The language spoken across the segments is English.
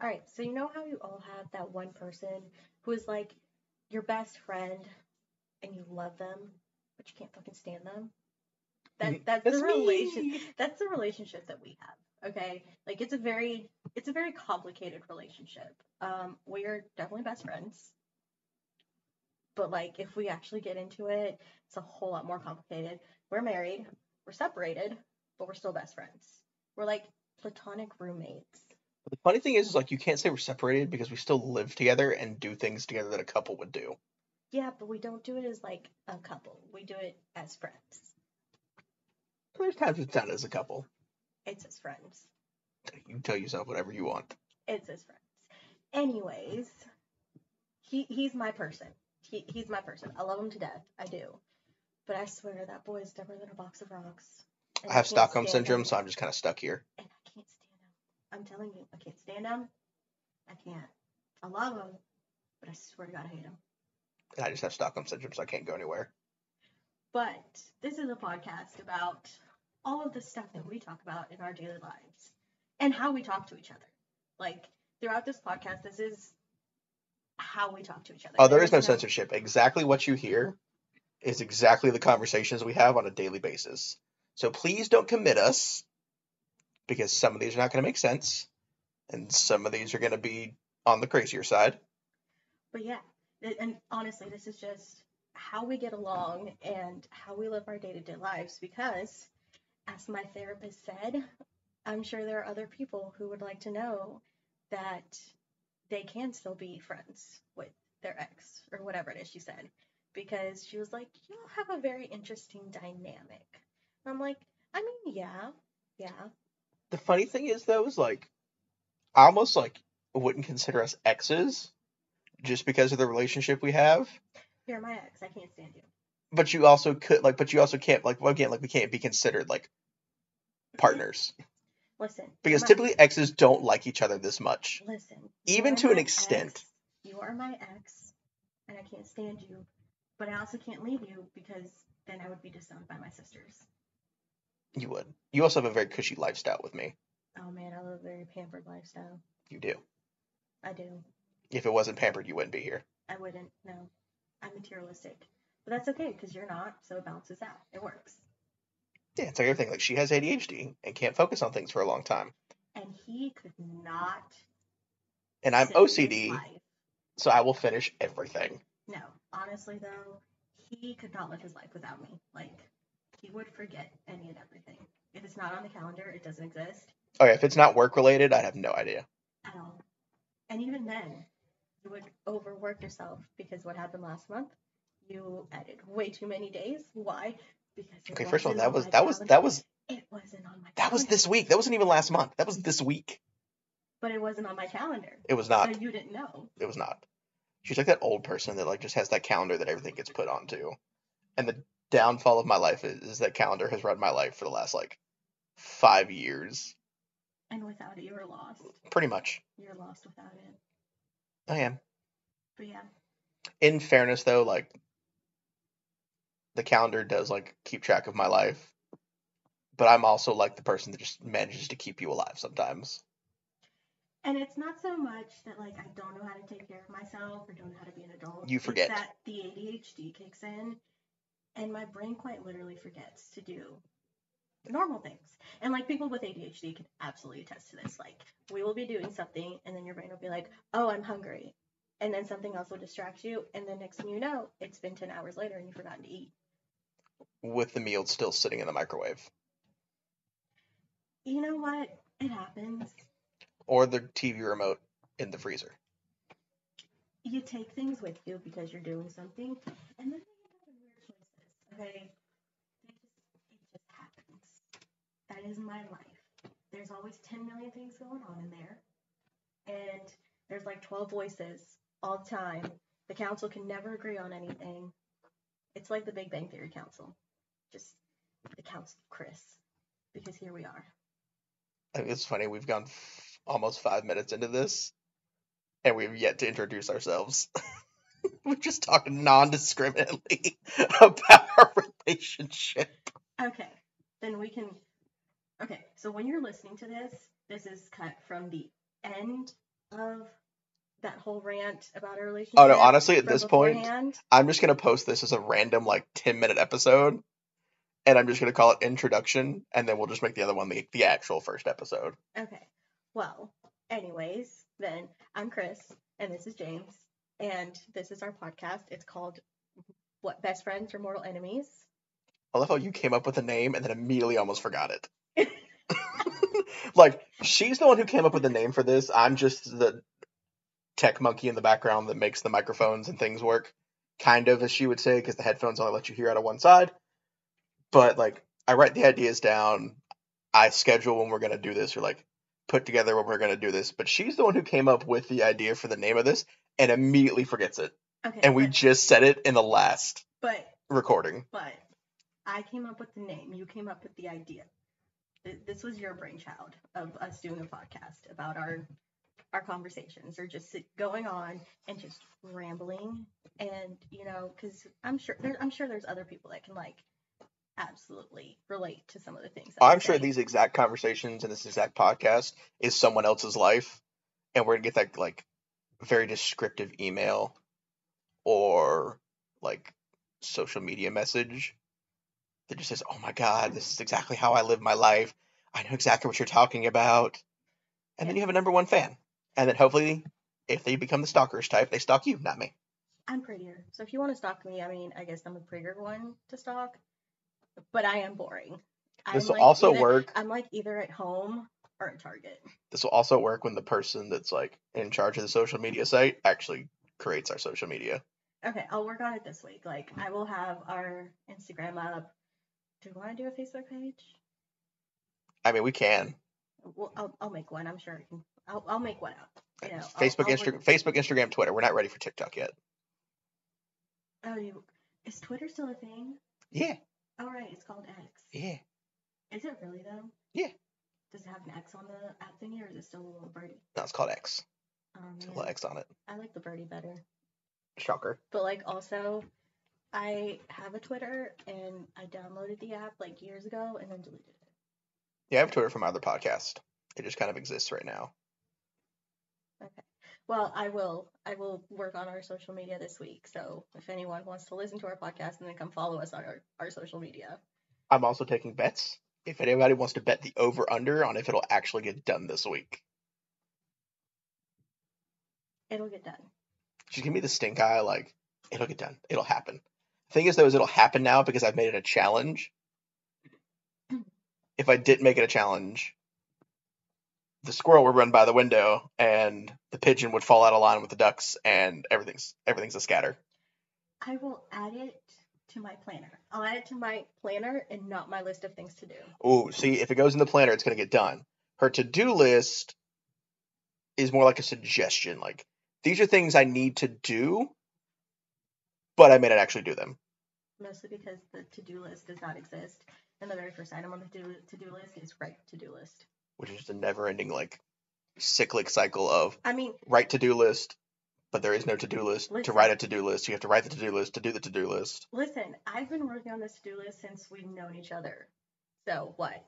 All right, so you know how you all have that one person who is like your best friend and you love them, but you can't fucking stand them? That that's, That's the me. relation that's the relationship that we have. Okay? Like it's a very it's a very complicated relationship. Um we're definitely best friends. But like if we actually get into it, it's a whole lot more complicated. We're married, we're separated, but we're still best friends. We're like platonic roommates. But the funny thing is, is like you can't say we're separated because we still live together and do things together that a couple would do. Yeah, but we don't do it as like a couple. We do it as friends. There's times it's not as a couple. It's as friends. You can tell yourself whatever you want. It's as friends. Anyways, he he's my person. He he's my person. I love him to death. I do. But I swear that boy is dumber than a box of rocks. And I have can't Stockholm stand syndrome, him. so I'm just kind of stuck here. and I can't stand him. I'm telling you, I can't stand him. I can't. I love him, but I swear to God, I hate him. And I just have Stockholm syndrome, so I can't go anywhere. But this is a podcast about all of the stuff that we talk about in our daily lives and how we talk to each other. Like throughout this podcast, this is how we talk to each other. Oh, there is no censorship. Exactly what you hear is exactly the conversations we have on a daily basis. So please don't commit us because some of these are not going to make sense and some of these are going to be on the crazier side. But yeah, th- and honestly, this is just how we get along and how we live our day to day lives because, as my therapist said, I'm sure there are other people who would like to know that they can still be friends with their ex or whatever it is she said because she was like, You all have a very interesting dynamic. And I'm like, I mean, yeah, yeah. The funny thing is, though, is like I almost like wouldn't consider us exes just because of the relationship we have. You're my ex. I can't stand you. But you also could like, but you also can't like well, again like we can't be considered like partners Listen. you're because my- typically exes don't like each other this much. Listen. Even you're to an my extent. ex. You are my ex, and I can't stand you, but I also can't leave you because then I would be disowned by my sisters. You would. You also have a very cushy lifestyle with me. Oh man, I live a very pampered lifestyle. You do. I do. If it wasn't pampered, you wouldn't be here. I wouldn't. No, I'm materialistic, but that's okay because you're not, so it balances out. It works. Yeah, it's like everything. Like she has ADHD and can't focus on things for a long time, And he could not. and I'm sit in his OCD, life. so I will finish everything. No, honestly though, he could not live his life without me. Like he would forget any and everything. If it's not on the calendar, it doesn't exist. Okay, Oh, if it's not work related, I have no idea. at all. And even then, you would overwork yourself because what happened last month? You added way too many days. Why? Because it Okay, first of all, wasn't that on was my that was calendar. it that was wasn't on my that was calendar, this week. That wasn't even last month. That was this week. but it wasn't on my calendar, It was so not. you didn't know. It was not. She's like that old person that like just has that calendar that everything gets put onto. And the downfall of my life is, is that calendar has run my life for the last like five years, And without it, you were lost. pretty much. You're lost without it. I am. But yeah, in fairness though like the calendar does like keep track of my life but i'm also like the person that just manages to keep you alive sometimes and it's not so much that like I don't know how to take care of myself or don't know how to be an adult. You It's forget. that the ADHD kicks in, and my brain quite literally forgets to do normal things. And like people with ADHD can absolutely attest to this. Like we will be doing something, and then your brain will be like, "Oh, I'm hungry," and then something else will distract you, and then next thing you know, it's been ten hours later and you've forgotten to eat. with the meal still sitting in the microwave You know what? It happens. or the tv remote in the freezer you take things with you because you're doing something, and then they end up in weird places. Okay, they just, it just happens. That is my life. There's always 10 million things going on in there, and there's like 12 voices all the time. The council can never agree on anything. It's like the Big Bang Theory council, just the council of Chris, because here we are. I mean, it's funny we've gone f- almost five minutes into this and we've yet to introduce ourselves we're just talking non-discriminately about our relationship Okay, then we can. Okay, so when you're listening to this, this is cut from the end of that whole rant about our relationship. Oh no, honestly, at from this point, beforehand. I'm just gonna post this as a random like 10 minute episode, and I'm just gonna call it introduction, and then we'll just make the other one the the actual first episode. Okay. Well, anyways, then I'm Chris and this is James and this is our podcast. It's called What Best Friends or Mortal Enemies. I love how you came up with a name and then immediately almost forgot it. like she's the one who came up with the name for this. I'm just the tech monkey in the background that makes the microphones and things work, kind of as she would say, because the headphones only let you hear out of one side. But like I write the ideas down, I schedule when we're gonna do this, or like put together when we're gonna do this. But she's the one who came up with the idea for the name of this and immediately forgets it. Okay. And we but, just said it in the last but recording. but I came up with the name. You came up with the idea. Th- This was your brainchild of us doing a podcast about our our conversations or just sit- going on and just rambling and you know because I'm sure there, I'm sure there's other people that can like absolutely relate to some of the things. that I I'm sure say. these exact conversations and this exact podcast is someone else's life, and we're gonna get that like very descriptive email or like social media message that just says, "Oh my God, this is exactly how I live my life. I know exactly what you're talking about," and then you have a number one fan, and then hopefully, if they become the stalkers type, they stalk you, not me. I'm prettier. So if you want to stalk me, I mean, I guess I'm a prettier one to stalk, but I am boring. This I'm will like also either- work. I'm like either at home or at Target. This will also work when the person that's like in charge of the social media site actually creates our social media. Okay, I'll work on it this week. Like, I will have our Instagram up. Do we want to do a Facebook page? I mean, we can. Well, I'll, I'll make one. I'm sure I can. I'll, I'll make one up. You know, I'll- Facebook, I'll Insta- work- Facebook, Instagram, Twitter. We're not ready for TikTok yet. Oh, you, is Twitter still a thing? Yeah, Oh, right. It's called X. yeah. Is it really, though? Yeah. Does it have an X on the app thingy, or is it still a little birdie? No, it's called X. Oh, It's got a man. little X on it. I like the birdie better. Shocker. But like also, I have a Twitter and I downloaded the app like years ago and then deleted it. Yeah, I have Twitter from my other podcast. It just kind of exists right now. Well, I will I will work on our social media this week. So if anyone wants to listen to our podcast and then come follow us on our, our social media. I'm also taking bets. If anybody wants to bet the over under on if it'll actually get done this week, It'll get done. she's giving me the stink eye. Like it'll get done. It'll happen. The thing is though, is it'll happen now because I've made it a challenge. If I didn't make it a challenge, the squirrel would run by the window, and the pigeon would fall out of line with the ducks, and everything's everything's a scatter. I will add it to my planner. I'll add it to my planner and not my list of things to do. Ooh, see, if it goes in the planner, it's gonna get done. Her to-do list is more like a suggestion. Like these are things I need to do, but I may not actually do them. Mostly because the to-do list does not exist. And the very first item on the to-do to-do list is write to-do list. Which is just a never-ending like cyclic cycle of I mean, write to-do list, but there is no to-do list. To Listen. write a to-do list, you have to write the to-do list to do the to-do list. Listen, I've been working on this to-do list since we've known each other. So what?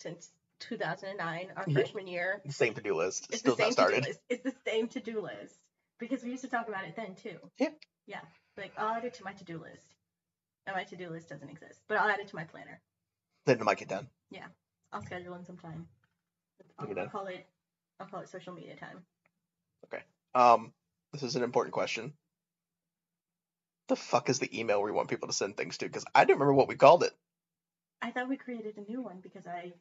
Since 2009, our Yeah. freshman year. The same to-do list. It's Still the same not started. to-do list. It's the same to-do list because we used to talk about it then too. Yeah. Yeah. Like I'll add it to my to-do list. And my to-do list doesn't exist, but I'll add it to my planner. Then it might get done. I'll schedule in some time. Look at I'll, I'll that. call it. I'll call it social media time. Um, this is an important question. The fuck is the email we want people to send things to? Because I don't remember what we called it. I thought we created a new one because I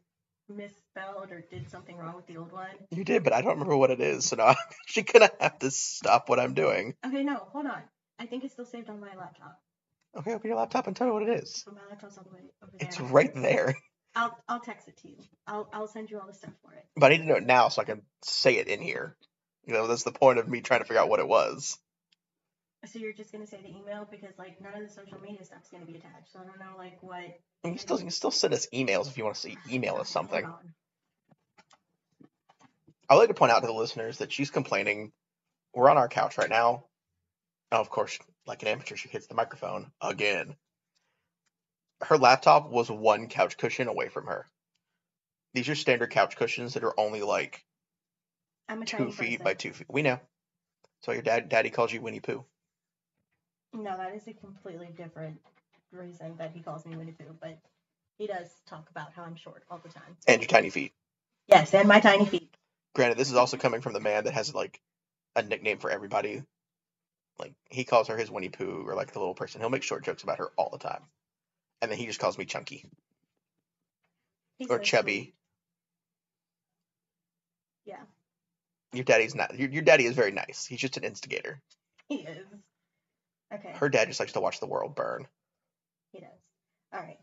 misspelled or did something wrong with the old one. You did, but I don't remember what it is, so now I'm actually gonna have to stop what I'm doing. Okay, no, hold on. I think it's still saved on my laptop. Okay, open your laptop and tell me what it is. So my laptop's all the way over there. It's right there. I'll I'll text it to you. I'll I'll send you all the stuff for it. But I need to know it now so I can say it in here. You know, that's the point of me trying to figure out what it was. So you're just gonna say the email because like none of the social media stuff's gonna be attached. So I don't know like what. And you still you can still send us emails if you want to see email Hold us something. on. I'd like to point out to the listeners that she's complaining. We're on our couch right now. Oh, of course, like an amateur, she hits the microphone again. Her laptop was one couch cushion away from her. These are standard couch cushions that are only like I'm a two tiny feet person. by two feet. We know. So your dad, daddy calls you Winnie Pooh. No, that is a completely different reason that he calls me Winnie Pooh, but he does talk about how I'm short all the time. and your tiny feet. Yes, and my tiny feet. Granted, this is also coming from the man that has like a nickname for everybody. Like he calls her his Winnie Pooh or like the little person. He'll make short jokes about her all the time, and then he just calls me Chunky He's or so Chubby. sweet. Yeah. Your daddy's not. Your, your daddy is very nice. He's just an instigator. He is. Okay. Her dad just likes to watch the world burn. He does. All right.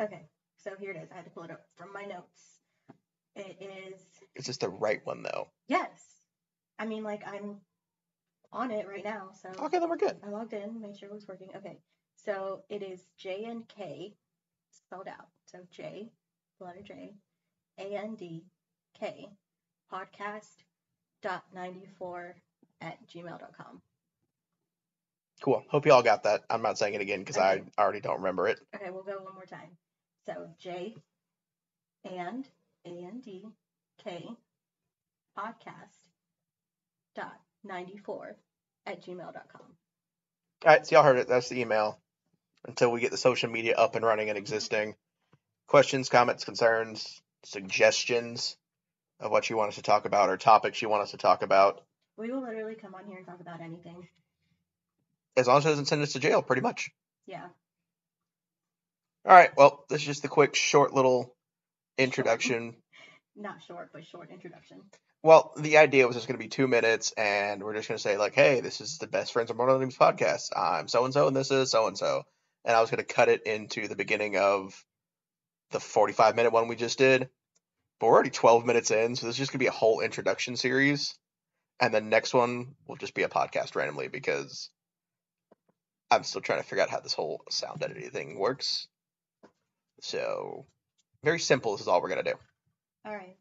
Okay, so here it is. I had to pull it up from my notes. It is Is this the right one though? yes. I mean, like I'm on it right now, so Okay, then we're good. I logged in, made sure it was working. Okay, so it is J and K spelled out. So J, the letter J, A N D K, podcast dot ninety four at gmail.com. Cool. Hope you all got that. I'm not saying it again because I Okay. already don't remember it. Okay, we'll go one more time. So J and A N D K podcast dot ninety four at gmail.com. All right, so y'all heard it. That's the email. Until we get the social media up and running and existing, questions, comments, concerns, suggestions of what you want us to talk about or topics you want us to talk about, We will literally come on here and talk about anything. as long as it doesn't send us to jail, pretty much. Yeah. All right, well, this is just a quick, short little introduction. Not short, but short introduction. Well, the idea was it's going to be two minutes, and we're just going to say, like, hey, this is the Best Friends of Modern Names podcast. I'm so and so, and this is so and so. And I was going to cut it into the beginning of the 45 minute one we just did. But we're already 12 minutes in, so this is just going to be a whole introduction series. And the next one will just be a podcast randomly because I'm still trying to figure out how this whole sound editing thing works. So, very simple. This is all we're going to do. All right.